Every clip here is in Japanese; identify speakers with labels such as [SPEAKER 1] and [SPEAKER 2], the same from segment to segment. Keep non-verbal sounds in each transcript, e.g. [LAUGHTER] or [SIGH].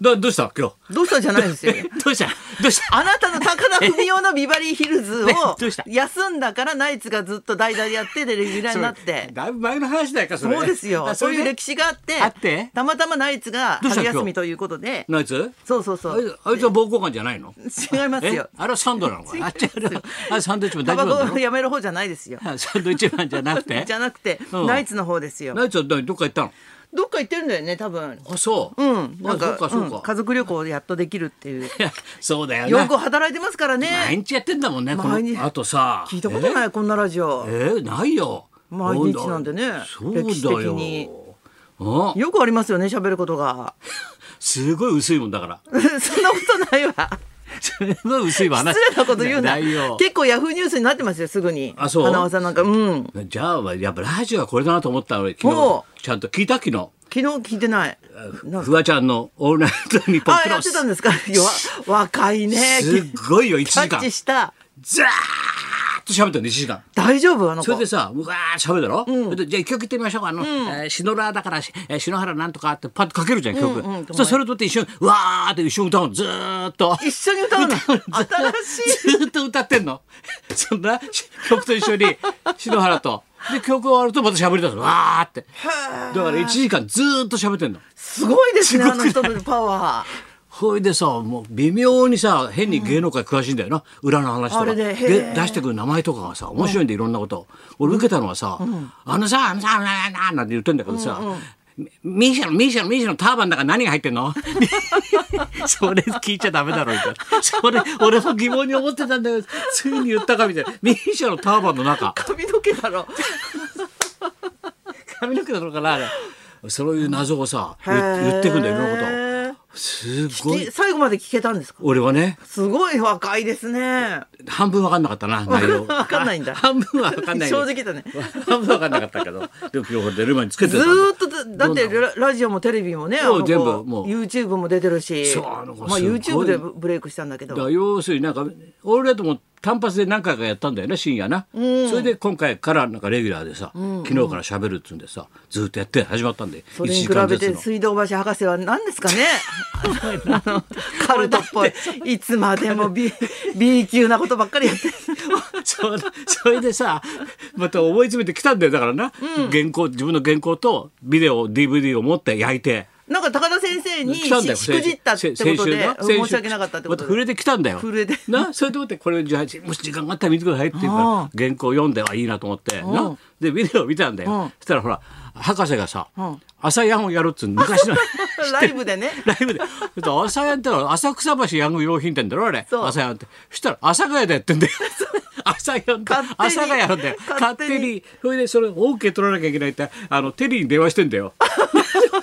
[SPEAKER 1] どどうした今日
[SPEAKER 2] どうしたじゃないで
[SPEAKER 1] [LAUGHS]
[SPEAKER 2] すよ。
[SPEAKER 1] どうしたどうした
[SPEAKER 2] あなたの高田文夫のビバリーヒルズ
[SPEAKER 1] [LAUGHS]
[SPEAKER 2] を
[SPEAKER 1] ねどうした
[SPEAKER 2] 休んだからナイツがずっと代々やってでレギュラーになっ
[SPEAKER 1] それ
[SPEAKER 2] て。
[SPEAKER 1] だいぶ前の話だよかそれ
[SPEAKER 2] そうですよ。
[SPEAKER 1] あそ
[SPEAKER 2] そ
[SPEAKER 1] うれ
[SPEAKER 2] いう
[SPEAKER 1] で
[SPEAKER 2] 歴史があって、
[SPEAKER 1] あって
[SPEAKER 2] たまたまナイツが
[SPEAKER 1] どうした
[SPEAKER 2] 春休みということで、
[SPEAKER 1] ナイツ
[SPEAKER 2] そうそうそ
[SPEAKER 1] あいつ
[SPEAKER 2] う。
[SPEAKER 1] あいつは暴行官じゃないの
[SPEAKER 2] 違います
[SPEAKER 1] え
[SPEAKER 2] よ。
[SPEAKER 1] あれはサンドなのかなあっちあれはあれサンドイッチマン
[SPEAKER 2] タ
[SPEAKER 1] 大丈
[SPEAKER 2] バ
[SPEAKER 1] 夫な
[SPEAKER 2] コを
[SPEAKER 1] の
[SPEAKER 2] やめる方じゃないですよ。
[SPEAKER 1] あサンドイッチマンじゃなくて
[SPEAKER 2] [LAUGHS] じゃなくて、
[SPEAKER 1] うん
[SPEAKER 2] ナイツの方ですよ。
[SPEAKER 1] ナイツはどっか行ったの
[SPEAKER 2] どっか行ってるんだよね、多分。
[SPEAKER 1] あそう
[SPEAKER 2] うん、
[SPEAKER 1] あ
[SPEAKER 2] なん
[SPEAKER 1] そ
[SPEAKER 2] か
[SPEAKER 1] うかそううん
[SPEAKER 2] 家
[SPEAKER 1] か
[SPEAKER 2] 族旅行をやっとできるっていう。
[SPEAKER 1] いやそうだよ
[SPEAKER 2] よく
[SPEAKER 1] な
[SPEAKER 2] 働いてますから
[SPEAKER 1] 毎
[SPEAKER 2] ね。
[SPEAKER 1] 日やってんだもんねこ
[SPEAKER 2] 毎日
[SPEAKER 1] のあとさ
[SPEAKER 2] 聞いたことないこんなラジオ
[SPEAKER 1] え。えないよ
[SPEAKER 2] 毎日なんでね
[SPEAKER 1] そうだよ
[SPEAKER 2] 歴史的に
[SPEAKER 1] あ
[SPEAKER 2] よくありますよね、喋ることが。
[SPEAKER 1] すごい薄いもんだ
[SPEAKER 2] [LAUGHS]
[SPEAKER 1] から
[SPEAKER 2] そんなことないわ。
[SPEAKER 1] すごい薄いわ話
[SPEAKER 2] 失礼なこと言うな。
[SPEAKER 1] ないよ
[SPEAKER 2] 結構ヤフーニュースになってますよ、すぐに。
[SPEAKER 1] あそう
[SPEAKER 2] 花輪さんなんか、うん。
[SPEAKER 1] じゃあやっぱラジオはこれだなと思った俺昨
[SPEAKER 2] ほ
[SPEAKER 1] 日ちゃんと聞いた昨日
[SPEAKER 2] 昨日聞いてない。なん
[SPEAKER 1] フワちゃんの「オールナイトニッポン
[SPEAKER 2] あ、
[SPEAKER 1] プ
[SPEAKER 2] や
[SPEAKER 1] ロ
[SPEAKER 2] っ
[SPEAKER 1] ス
[SPEAKER 2] てたんですか。よわ若いね。
[SPEAKER 1] すっごいよ1
[SPEAKER 2] キャ
[SPEAKER 1] 時
[SPEAKER 2] ッ
[SPEAKER 1] 間
[SPEAKER 2] チした。
[SPEAKER 1] ザーッと喋ったの1時間
[SPEAKER 2] 大丈夫あの
[SPEAKER 1] それ
[SPEAKER 2] 子
[SPEAKER 1] で。さうわー喋るだろ、それでじゃあ一曲言ってみましょうかあの、えー篠原だから、えー篠原なんとかってパッとかけるじゃん曲、
[SPEAKER 2] うんうん
[SPEAKER 1] そしたらそれとって一緒にうわーって一緒に歌うのずーっと
[SPEAKER 2] 一緒に歌うの。新しい。
[SPEAKER 1] ずーっと歌ってんの [LAUGHS] そんな曲と一緒に篠原とで曲終わるとまた喋りだすのわーってだから1時間ずーっと喋ってんの
[SPEAKER 2] すごいですね、
[SPEAKER 1] す
[SPEAKER 2] あ
[SPEAKER 1] ごくな
[SPEAKER 2] の
[SPEAKER 1] い
[SPEAKER 2] 人のパワ
[SPEAKER 1] ほいでさもう微妙にさ変に芸能界詳しいんだよな、裏の話と
[SPEAKER 2] あ
[SPEAKER 1] か
[SPEAKER 2] れでへ
[SPEAKER 1] で
[SPEAKER 2] ー
[SPEAKER 1] 出してくる名前とかがさ面白いんで、いろんなこと俺受けたのはさ「あのさあのさあのさあのさ」なんて言ってんだけどさ、みミーシャのミーシャのミーシャのターバンだから何が入ってんのそれ聞いちゃダメだろみたいなそれ俺も疑問に思ってたんだけどついに言ったかみたいなミーシャのターバンの中
[SPEAKER 2] ー。髪の毛だろ。
[SPEAKER 1] 髪の毛なのかなあれそういう謎をさ言
[SPEAKER 2] へー
[SPEAKER 1] 言ってくんだよいろんなことすごい
[SPEAKER 2] き最後まで聞けたんですか。
[SPEAKER 1] 俺はね
[SPEAKER 2] すごい若いですね。
[SPEAKER 1] 半分わかんなかったな内容
[SPEAKER 2] [LAUGHS] わかんないんだ
[SPEAKER 1] 半分はわかんない
[SPEAKER 2] 正直だね。
[SPEAKER 1] 半分わかんなかったけどでも両方出る前につけて
[SPEAKER 2] ず
[SPEAKER 1] た
[SPEAKER 2] ーっとだだってララジオもテレビもね、あ
[SPEAKER 1] そう
[SPEAKER 2] の子
[SPEAKER 1] 全部もう
[SPEAKER 2] YouTube も出てるし、
[SPEAKER 1] そう
[SPEAKER 2] まあ
[SPEAKER 1] あの子すごい
[SPEAKER 2] YouTube でブレイクしたんだけ
[SPEAKER 1] だか
[SPEAKER 2] ど、
[SPEAKER 1] ら要するになんか俺らとも単発で何回かやったんだよね深夜な、それで今回からなんかレギュラーでさ、昨日から喋るっつうんでさずーっとやって始まったんで
[SPEAKER 2] そ
[SPEAKER 1] 1
[SPEAKER 2] れに
[SPEAKER 1] 時
[SPEAKER 2] 比
[SPEAKER 1] 間
[SPEAKER 2] べ
[SPEAKER 1] ずつ
[SPEAKER 2] て
[SPEAKER 1] の
[SPEAKER 2] 水道橋博士は何です
[SPEAKER 1] [LAUGHS]
[SPEAKER 2] かね。あのカルトっぽい。いつまでも B B 級なことばっかりやって。 [LAUGHS]
[SPEAKER 1] そうだそれでさまた思い詰めてきたんだよだからな、原稿自分の原稿とビデオ DVD を持って焼いて。
[SPEAKER 2] なんか高田先生に
[SPEAKER 1] 来たんだよ
[SPEAKER 2] ししくじったってことで
[SPEAKER 1] 先週先週
[SPEAKER 2] 申し訳なかったってこ
[SPEAKER 1] また
[SPEAKER 2] と
[SPEAKER 1] 触
[SPEAKER 2] で。
[SPEAKER 1] れてきたんだよ
[SPEAKER 2] 震えて
[SPEAKER 1] なそれでもってこれじゃあもし時間があったら見てくださいって言うから
[SPEAKER 2] あ
[SPEAKER 1] 原稿読んではいいなと思って
[SPEAKER 2] う
[SPEAKER 1] なんでビデオ見たんだよ、
[SPEAKER 2] うん
[SPEAKER 1] そしたらほら博士がさ、
[SPEAKER 2] ん
[SPEAKER 1] 朝ヤンをやるっつうの昔
[SPEAKER 2] [LAUGHS]
[SPEAKER 1] の
[SPEAKER 2] [LAUGHS] ライブでね。
[SPEAKER 1] ライブでそしたら朝ヤンってのは浅草橋ヤング用品店だろあれ
[SPEAKER 2] そう
[SPEAKER 1] 朝ヤンってそしたら阿佐ヶ谷でやってんだよ朝ヤンって
[SPEAKER 2] 勝手に
[SPEAKER 1] 阿佐ヶ谷なんだよ
[SPEAKER 2] 勝
[SPEAKER 1] 勝
[SPEAKER 2] 手
[SPEAKER 1] 手
[SPEAKER 2] に
[SPEAKER 1] にそれでそれ OK 取らなきゃいけないってあのテリーに電話してんだよ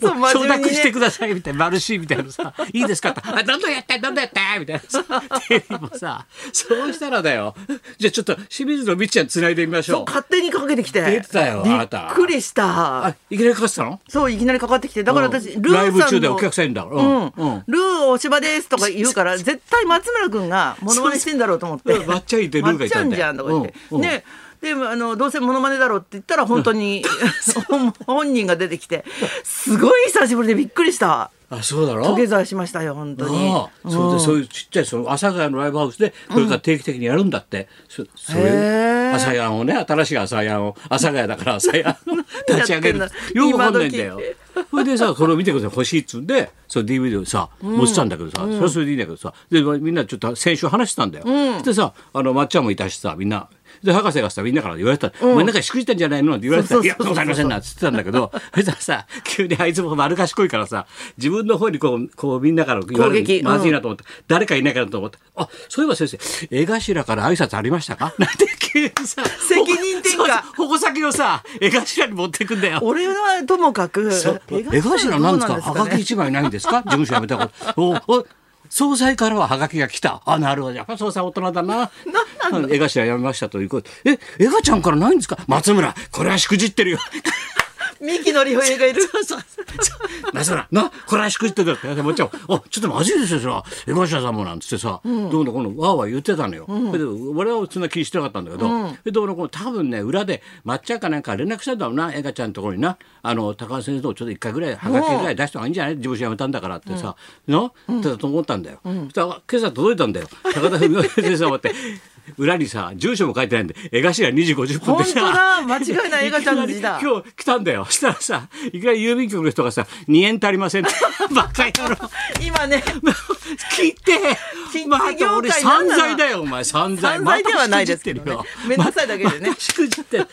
[SPEAKER 2] そう真
[SPEAKER 1] 承
[SPEAKER 2] 面
[SPEAKER 1] 諾
[SPEAKER 2] 目にね
[SPEAKER 1] してくださいみたいな、マルシーみたいなさ、いいですかって、あ、どんどんやって、どんどんやって、みたいなさ、テレビもさ、そうしたらだよ、じゃあちょっと清水のみっちゃん繋いでみまし
[SPEAKER 2] そ
[SPEAKER 1] ょ
[SPEAKER 2] う
[SPEAKER 1] う。
[SPEAKER 2] 勝手にかけてきて。
[SPEAKER 1] 出てたよ
[SPEAKER 2] び
[SPEAKER 1] あな
[SPEAKER 2] ったくりした。
[SPEAKER 1] あ、いきなりかかってたの
[SPEAKER 2] そういきなりかかってきてだから私、
[SPEAKER 1] うん
[SPEAKER 2] ルーさんの
[SPEAKER 1] ライブ中でお客さんいるんだから
[SPEAKER 2] う
[SPEAKER 1] うんんうん
[SPEAKER 2] ルーお芝ですとか言うから絶対松村君がモノマネしてんだろうと思って
[SPEAKER 1] そうそううんまっちゃんいてルーがいたんだよ
[SPEAKER 2] まっちゃじゃんとか言って、
[SPEAKER 1] うんうん
[SPEAKER 2] でであのどうせモノマネだろうって言ったら本当に本 [LAUGHS] 本人が出てきてすごい久しぶりでびっくりした
[SPEAKER 1] あ、そうだろ
[SPEAKER 2] 土下座しましたよ本当に
[SPEAKER 1] ああそうでそういうちっちゃいその阿佐ヶ谷のライブハウスでこれから定期的にやるんだって、そそれ
[SPEAKER 2] へえ
[SPEAKER 1] 阿佐ヶ谷をね新しい阿佐ヶ谷を阿佐ヶ谷だから阿佐ヶ谷を
[SPEAKER 2] [LAUGHS]
[SPEAKER 1] 立ち上げる
[SPEAKER 2] や
[SPEAKER 1] よ
[SPEAKER 2] ってんの
[SPEAKER 1] くわかんないんだよ
[SPEAKER 2] 今。
[SPEAKER 1] それでさこれを見てください欲しいっつうんでその DVD をさ持ってたんだけどさ、それはそれでいいんだけどさでみんなちょっと先週話してたんだよ。でさあのまっちゃんもいたしさみんな。で博士がさみんなから言われた「お前なんかしくじったんじゃないの?」って言われて
[SPEAKER 2] そう
[SPEAKER 1] た「
[SPEAKER 2] そう
[SPEAKER 1] いやそう
[SPEAKER 2] そう
[SPEAKER 1] なりませんな」っつってたんだけど [LAUGHS] そしたらさ急にあいつも丸賢いからさ自分の方にこうこうみんなから言われ
[SPEAKER 2] 攻撃
[SPEAKER 1] るまずいななと思って誰かいないかなと思ってあそういえば先生江頭から挨拶ありました [LAUGHS] かなんて急にさ
[SPEAKER 2] 責任転嫁
[SPEAKER 1] そうそう矛先をさ江頭に持ってくんだよ
[SPEAKER 2] 俺はともかく
[SPEAKER 1] そう
[SPEAKER 2] 江
[SPEAKER 1] 江頭なんですか
[SPEAKER 2] ど
[SPEAKER 1] は
[SPEAKER 2] う
[SPEAKER 1] が
[SPEAKER 2] なんで
[SPEAKER 1] き一枚ないんですか事務所辞めたこと [LAUGHS] おお総裁からははがきが来たあなるほどやっぱ総裁大人だなうん江頭辞めましたということえ江頭ちゃんからないんですか松村これはしくじってるよ
[SPEAKER 2] 三木のりほえがいる。
[SPEAKER 1] なそら、な、これはしくじってたって、もちろん、あ、ちょっとまずいですよ、そら、エマシャさんもなんつってさ、どうのこうの、わーわー言ってたのよ。それで、俺はそんな気してなかったんだけど、でどうのこうの、多分ね、裏で、抹茶かなんか連絡したんだろうな、エガちゃんのところにな、あの、高橋先生とちょっと一回ぐらい、はがきぐらい出した方がいいんじゃない事務所辞めたんだからってさ、のってと思ったんだよ。そしたら、今朝届いたんだよ。高田文夫先生もって、裏にさ、住所も書いてないんで、江頭2時50分
[SPEAKER 2] 本
[SPEAKER 1] で [LAUGHS]
[SPEAKER 2] 当
[SPEAKER 1] さ。
[SPEAKER 2] だ。間違いない、映画ちゃんの字だ。
[SPEAKER 1] 今日来たんだよ。したらさ、いきなり郵便局の人がさ、2円足りません
[SPEAKER 2] [LAUGHS]
[SPEAKER 1] って。ばっかりやろ。
[SPEAKER 2] 今ね、
[SPEAKER 1] 聞いて
[SPEAKER 2] 切手
[SPEAKER 1] また俺
[SPEAKER 2] 業界な
[SPEAKER 1] 散
[SPEAKER 2] んなら
[SPEAKER 1] 財だよ、お前。散財。
[SPEAKER 2] 散財ではないですけどね
[SPEAKER 1] またしくじってるよ
[SPEAKER 2] めんどくさいだけでね
[SPEAKER 1] またしくじってる。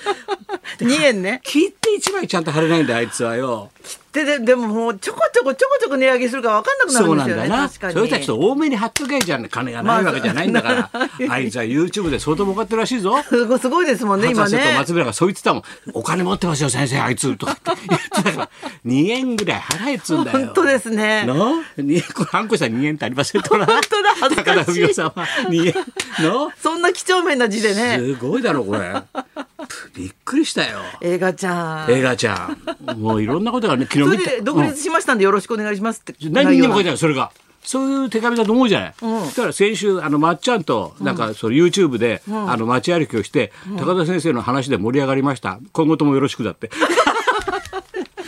[SPEAKER 2] 2円ね。
[SPEAKER 1] 切手一枚ちゃんと貼れないんだよ、あいつはよ。
[SPEAKER 2] で、で、でももうちょこちょこちょこちょこ値上げするから分かんなくな
[SPEAKER 1] そ
[SPEAKER 2] る
[SPEAKER 1] うん
[SPEAKER 2] で
[SPEAKER 1] なん
[SPEAKER 2] すよ
[SPEAKER 1] だな。
[SPEAKER 2] ね。確
[SPEAKER 1] そ
[SPEAKER 2] か
[SPEAKER 1] れ
[SPEAKER 2] に。
[SPEAKER 1] たちと多めに貼っとけじゃん。金がないわけじゃないんだから。
[SPEAKER 2] まあ
[SPEAKER 1] あいつは YouTube で相当儲かってるらしいぞ。
[SPEAKER 2] すごいすごいですもんね、今
[SPEAKER 1] 博士と
[SPEAKER 2] ね。
[SPEAKER 1] 松村がそう言ってたもん「お金持ってますよ先生あいつ」とかって言ってたから2円ぐらい払えっつうんだよ
[SPEAKER 2] 本当ですね
[SPEAKER 1] なに [LAUGHS] これハンコしたら2円ってありませんとな
[SPEAKER 2] 本当だ恥ずかしい
[SPEAKER 1] 高田文夫さんは2円の
[SPEAKER 2] そんな几帳面な字で [LAUGHS] ね。
[SPEAKER 1] すごいだろこれびっくりしたよ
[SPEAKER 2] 映画ちゃん。
[SPEAKER 1] 映画ちゃんもういろんなことがね昨
[SPEAKER 2] そ
[SPEAKER 1] 日
[SPEAKER 2] れ
[SPEAKER 1] 見て
[SPEAKER 2] で独立しましたんでよろしくお願いしますって。
[SPEAKER 1] 何にも書い
[SPEAKER 2] て
[SPEAKER 1] てないそれがそういう手紙だと思うじゃない、そしたら先週あのまっちゃんとなんかその YouTube で、あの街歩きをして、高田先生の話で盛り上がりました今後ともよろしくだって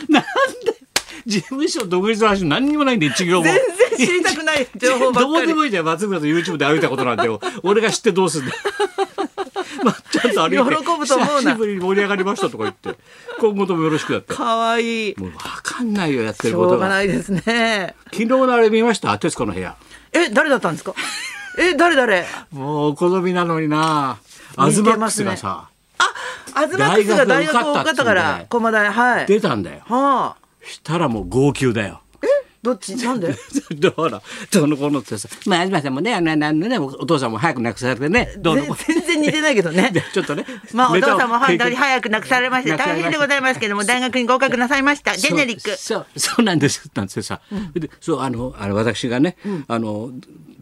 [SPEAKER 1] なんで事務所独立の話何にもないんで一行も
[SPEAKER 2] 全然知りたくない情報ば
[SPEAKER 1] ど
[SPEAKER 2] っか
[SPEAKER 1] う [LAUGHS] で
[SPEAKER 2] り。
[SPEAKER 1] もいいじゃん松村と YouTube で歩いたことなんてよ俺が知ってどうすん [LAUGHS] だよまっちゃんと歩いて
[SPEAKER 2] 喜ぶと思う
[SPEAKER 1] 久
[SPEAKER 2] な
[SPEAKER 1] しぶりに盛り上がりましたとか言って今後ともよろしくだって
[SPEAKER 2] 可愛い
[SPEAKER 1] もう分かんないよやって
[SPEAKER 2] し
[SPEAKER 1] る
[SPEAKER 2] ょ
[SPEAKER 1] こと
[SPEAKER 2] うが
[SPEAKER 1] が
[SPEAKER 2] ないですね。
[SPEAKER 1] 昨日のあれ見ました徹子の部屋
[SPEAKER 2] え、誰だったんですか。え、誰誰。
[SPEAKER 1] もうお好みなのにな。ア
[SPEAKER 2] 似
[SPEAKER 1] ズ
[SPEAKER 2] てますね
[SPEAKER 1] マックスがさ、
[SPEAKER 2] アズマックスが
[SPEAKER 1] 大
[SPEAKER 2] 大学
[SPEAKER 1] 学
[SPEAKER 2] を
[SPEAKER 1] が
[SPEAKER 2] 受
[SPEAKER 1] 受か
[SPEAKER 2] かっ
[SPEAKER 1] ったた
[SPEAKER 2] か
[SPEAKER 1] からら、
[SPEAKER 2] 駒大、はい。
[SPEAKER 1] 出たんだよ。
[SPEAKER 2] はあ。
[SPEAKER 1] したらもう号泣だよ。
[SPEAKER 2] どっち、なんで。
[SPEAKER 1] [LAUGHS] どうのどうのこうのってさ、まあ、東さんもね、あの、なんね、お父さんも早く亡くされてね、どうのこうの
[SPEAKER 2] 全然似てないけどね。
[SPEAKER 1] でちょっとね。
[SPEAKER 2] まあ、お
[SPEAKER 1] ネタ
[SPEAKER 2] 父
[SPEAKER 1] を
[SPEAKER 2] さんも本当に
[SPEAKER 1] 経験
[SPEAKER 2] 早く亡くされまして、
[SPEAKER 1] 亡くされま
[SPEAKER 2] 大
[SPEAKER 1] した
[SPEAKER 2] 変でございますけども、大学に合格なさいました。ジェネリッ
[SPEAKER 1] そ
[SPEAKER 2] ク。
[SPEAKER 1] うそうそうなんですなんてさ、でそうあのあの私がね、あの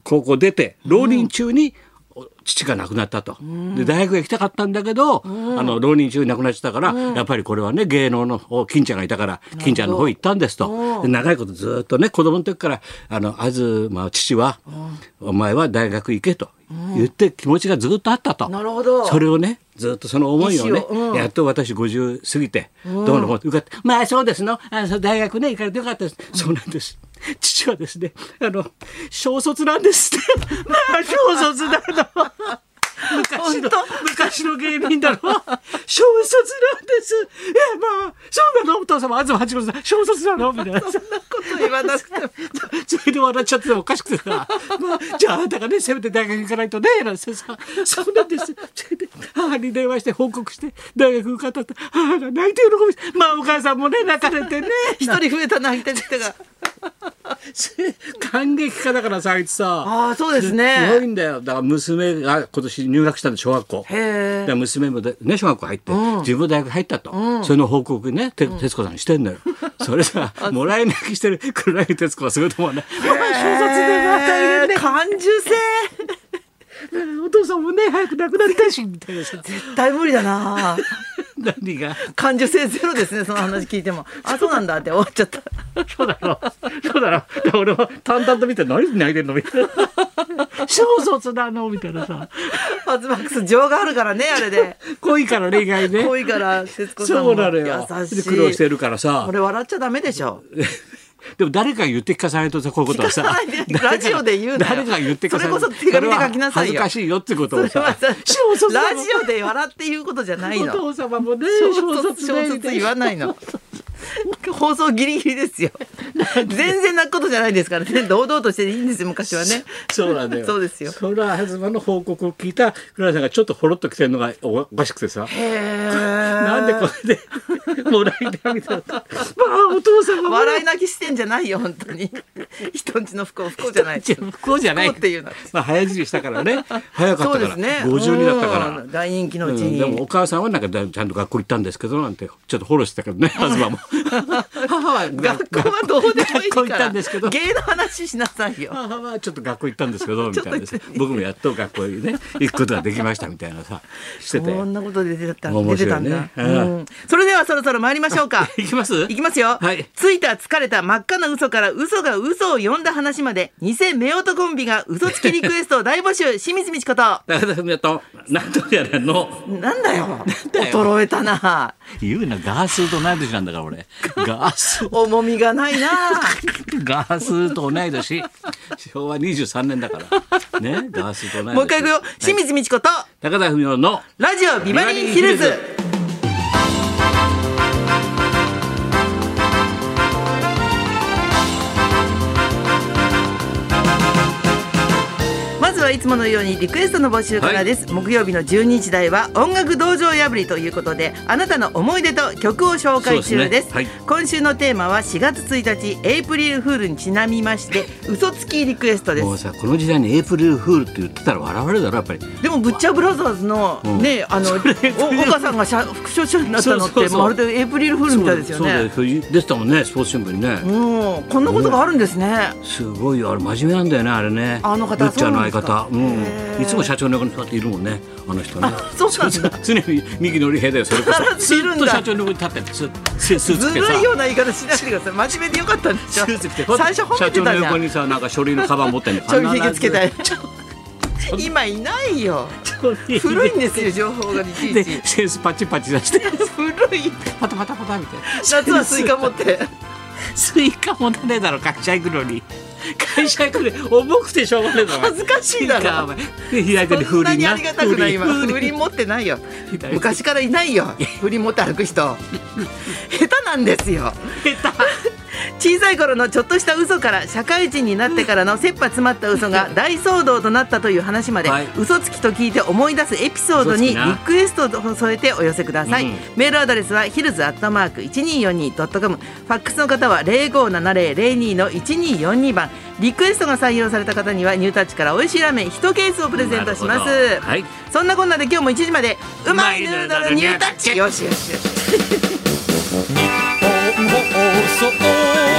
[SPEAKER 1] 高校出て浪人中に、お父が亡くなったと、で大学へ行きたかったんだけど、あの浪人中に亡くなっちゃったから、やっぱりこれはね芸能の方金ちゃんがいたから金ちゃんの方行ったんですとで長いことずっとね子供の時からあの東父は、お前は大学行け」と言って気持ちがずっとあったと。
[SPEAKER 2] なるほど
[SPEAKER 1] それをねずっとその思いを
[SPEAKER 2] 意
[SPEAKER 1] ね、
[SPEAKER 2] 思をうん
[SPEAKER 1] やっと私50過ぎて、どうのこうの受かって、まあそうですの、あそう大学ね、行かれてよかったです。そうなんです。父はですね、あの、小卒なんですって。まあ小卒だろ。昔の
[SPEAKER 2] 本、
[SPEAKER 1] 昔の芸人だろ。小卒なんです。え、まあ、そうなのお父様、東八郎さん、小卒なのみたいな。
[SPEAKER 2] こと言わなくても。
[SPEAKER 1] [LAUGHS] それで笑っちゃってもおかしくてさ、 [LAUGHS] まあ、じゃああなたがね、せめて大学行かないとね、なんてさ、そうなんです。 [LAUGHS] それで、母に電話して報告して、大学受かったって、母が泣いて喜びして、まあお母さんもね、泣かれてね、 [LAUGHS]
[SPEAKER 2] 一人増えたな、みたいな人が。
[SPEAKER 1] 感激家だからさ、あいつさ。
[SPEAKER 2] ああ、そうです
[SPEAKER 1] すごい
[SPEAKER 2] ね。
[SPEAKER 1] んだよ。だから娘が今年入学したの、小学校。
[SPEAKER 2] へえ
[SPEAKER 1] だから娘もでね、小学校入って、自分の大学入ったと、それの報告ね、て徹子さんにしてんのよ。それさ、
[SPEAKER 2] [LAUGHS]
[SPEAKER 1] もらい泣きしてる黒柳徹子はすごいと思うね。お前小卒でまたいるね。
[SPEAKER 2] 感受性。
[SPEAKER 1] お父さんもね早く亡くなった
[SPEAKER 2] [LAUGHS]
[SPEAKER 1] しみたいなさ
[SPEAKER 2] 大無理だな。
[SPEAKER 1] 何が
[SPEAKER 2] 感受性ゼロですね、その話聞いても。あ、そうなんだって終わっちゃった。
[SPEAKER 1] そうだろそうだろで俺は淡々と見て何泣いてんのみたいな小卒なのみたいなさ
[SPEAKER 2] アズマックス情があるからね、あれで。
[SPEAKER 1] 濃いからね意外ね
[SPEAKER 2] 遠いから、節子さん
[SPEAKER 1] そ
[SPEAKER 2] も
[SPEAKER 1] うなのよ
[SPEAKER 2] 優し
[SPEAKER 1] で
[SPEAKER 2] い。
[SPEAKER 1] 苦労してるからさ
[SPEAKER 2] これ笑っちゃダメでしょ。
[SPEAKER 1] でも誰かが言って聞かさないとさこういうことは
[SPEAKER 2] 聞
[SPEAKER 1] さ
[SPEAKER 2] かないでラジオで言うなよ
[SPEAKER 1] 誰かが言って聞かさない
[SPEAKER 2] それこそ手紙で書きなさ
[SPEAKER 1] それは
[SPEAKER 2] いよ
[SPEAKER 1] 恥ずかしいよってこと
[SPEAKER 2] それ
[SPEAKER 1] を
[SPEAKER 2] は
[SPEAKER 1] さ
[SPEAKER 2] さラ
[SPEAKER 1] 小卒なの
[SPEAKER 2] ジオで笑って言うことじゃない
[SPEAKER 1] お
[SPEAKER 2] の。
[SPEAKER 1] 父様もね
[SPEAKER 2] 小卒小卒言わ
[SPEAKER 1] い
[SPEAKER 2] ないの。放送ギリギリですよ。全然泣くことじゃないですからね。堂々としていいんですよ、昔はね。
[SPEAKER 1] [LAUGHS] そうなんだよ。
[SPEAKER 2] そうですよ
[SPEAKER 1] それは東の報告を聞いた倉田さんがちょっとほろっときてるのがおおかしくてさ。
[SPEAKER 2] へ
[SPEAKER 1] な
[SPEAKER 2] なん
[SPEAKER 1] でこれで [LAUGHS] もらいたみたいな。 [LAUGHS] まあお父様
[SPEAKER 2] [LAUGHS]
[SPEAKER 1] も
[SPEAKER 2] 笑い泣きしてんじゃないよ、本当に。人んちの不幸、不幸じゃない。
[SPEAKER 1] 不幸じゃない。
[SPEAKER 2] 不幸っていうのは。
[SPEAKER 1] まあ早尻したからね。早かっ
[SPEAKER 2] そう
[SPEAKER 1] た
[SPEAKER 2] で
[SPEAKER 1] か
[SPEAKER 2] す
[SPEAKER 1] ら。
[SPEAKER 2] ね。
[SPEAKER 1] 52だったから。
[SPEAKER 2] うん大人気の
[SPEAKER 1] う
[SPEAKER 2] うち
[SPEAKER 1] ん、でも
[SPEAKER 2] に。
[SPEAKER 1] お母さんはなんかだちゃんと学校行ったんですけどなんてちょっとフォローしてたけ
[SPEAKER 2] [LAUGHS]
[SPEAKER 1] どね東も母は
[SPEAKER 2] 学校はどうでもい
[SPEAKER 1] 学
[SPEAKER 2] い
[SPEAKER 1] 校行
[SPEAKER 2] か
[SPEAKER 1] った
[SPEAKER 2] ら。
[SPEAKER 1] んですけど
[SPEAKER 2] 芸の話しなさいよ。
[SPEAKER 1] 母はちょっと学校行ったんですけどみたいな
[SPEAKER 2] ちょ [LAUGHS]
[SPEAKER 1] さ
[SPEAKER 2] っと
[SPEAKER 1] 僕もやっと学校にね行くことができましたみたいなさしてて
[SPEAKER 2] そんなことで出てた
[SPEAKER 1] 面
[SPEAKER 2] 出て
[SPEAKER 1] 白
[SPEAKER 2] た
[SPEAKER 1] い
[SPEAKER 2] ん
[SPEAKER 1] ね
[SPEAKER 2] だ。ね。うんそれではそろそろ参りましょうか。
[SPEAKER 1] いきます
[SPEAKER 2] いきますよ。
[SPEAKER 1] はい
[SPEAKER 2] ついた疲れた真っ赤な嘘から嘘が嘘を呼んだ話まで、偽目音コンビが嘘つきリクエストを大募集、清水美智子と。
[SPEAKER 1] 高田文也となんとやらの
[SPEAKER 2] なんだよ。
[SPEAKER 1] だよ
[SPEAKER 2] 衰えたな。
[SPEAKER 1] 言うなガースーと同い年なんだから俺ガースー
[SPEAKER 2] 重みがない [LAUGHS] な。
[SPEAKER 1] ガースーと同い年昭和23年だからねガースーと同い年
[SPEAKER 2] もう一回行くよ。清水美智子と、
[SPEAKER 1] 高田文也の
[SPEAKER 2] ラジオビバリーヒルズ。まずはいつものようにリクエストの募集からです、木曜日の12時台は音楽道場破りということであなたの思い出と曲を紹介
[SPEAKER 1] そう
[SPEAKER 2] 中です
[SPEAKER 1] ですねはい
[SPEAKER 2] 今週のテーマは4月1日エイプリルフールにちなみまして嘘つきリクエストです
[SPEAKER 1] もうさこの時代にエイプリルフールって言ってたら笑われるだろやっぱり
[SPEAKER 2] でもブッチャーブラザーズの
[SPEAKER 1] ん
[SPEAKER 2] ね、あのお岡さんがしゃ副所長になったのっ
[SPEAKER 1] そうそ
[SPEAKER 2] て
[SPEAKER 1] うそう
[SPEAKER 2] まるでエイプリルフールみたいですよ
[SPEAKER 1] そうだ
[SPEAKER 2] ね。
[SPEAKER 1] そうだよ出てたもんねスポーツ新聞にね
[SPEAKER 2] うん、こんなことがあるんですね。
[SPEAKER 1] すごいよあれ真面目なんだよねあれね
[SPEAKER 2] あの方
[SPEAKER 1] ルッチャーの相方
[SPEAKER 2] そう
[SPEAKER 1] う
[SPEAKER 2] なん
[SPEAKER 1] ん
[SPEAKER 2] ですかへー
[SPEAKER 1] いつも社長の横に座っているもんねあの人ね
[SPEAKER 2] そうなん
[SPEAKER 1] [LAUGHS]
[SPEAKER 2] だ
[SPEAKER 1] 常に右のり平だよそれこそ
[SPEAKER 2] 必ずいるんだ
[SPEAKER 1] ずっと社長の横に立ってるスースースーツ
[SPEAKER 2] ず
[SPEAKER 1] 着てさ
[SPEAKER 2] るいような言い方しないでください。真面目でよかったんです
[SPEAKER 1] ス
[SPEAKER 2] よ。
[SPEAKER 1] ーツ着て
[SPEAKER 2] 最初褒めて
[SPEAKER 1] 社長の
[SPEAKER 2] たじゃ
[SPEAKER 1] 横
[SPEAKER 2] ん。
[SPEAKER 1] にさなんか書類のカバン持ってんの
[SPEAKER 2] ちょびひげつけたい
[SPEAKER 1] 必。
[SPEAKER 2] 今いないよ。
[SPEAKER 1] ず
[SPEAKER 2] 古いんですよ情報がいち
[SPEAKER 1] [LAUGHS]
[SPEAKER 2] い
[SPEAKER 1] で
[SPEAKER 2] ち。
[SPEAKER 1] センスパチパチ出して
[SPEAKER 2] 古い。
[SPEAKER 1] パタパタパタみたいな
[SPEAKER 2] 夏はスイカ持って。
[SPEAKER 1] スイカ持たねえだろ会社行くのに会社行くのに重くてしょうがねえだろ
[SPEAKER 2] 恥ずかしいだろ
[SPEAKER 1] スイカお前で左手に
[SPEAKER 2] そ
[SPEAKER 1] 風
[SPEAKER 2] んな
[SPEAKER 1] 鈴
[SPEAKER 2] にありがたくない今
[SPEAKER 1] 風鈴
[SPEAKER 2] 風鈴持ってないよ
[SPEAKER 1] たいな
[SPEAKER 2] 昔からいないよ風鈴持って歩く人下手なんですよ
[SPEAKER 1] 下
[SPEAKER 2] [LAUGHS] 小さい頃のちょっとした嘘から社会人になってからの切羽詰まった
[SPEAKER 1] [LAUGHS]
[SPEAKER 2] 嘘が大騒動となったという話まで、
[SPEAKER 1] はい
[SPEAKER 2] 嘘つきと聞いて思い出すエピソードに
[SPEAKER 1] 嘘つ
[SPEAKER 2] リ
[SPEAKER 1] きな
[SPEAKER 2] クエストを添えてお寄せください、
[SPEAKER 1] うん
[SPEAKER 2] メールアドレスはヒルズアットマーク 1242.com ファックスの方は057002の1242番リクエストが採用された方にはニュータッチから美味しいラーメン1ケースをプレゼントしま
[SPEAKER 1] なる
[SPEAKER 2] す、
[SPEAKER 1] ほどはい
[SPEAKER 2] そんなこんなで今日も1時までうまいヌードルニュータッチ
[SPEAKER 1] うま
[SPEAKER 2] よしよしよし
[SPEAKER 1] 手放送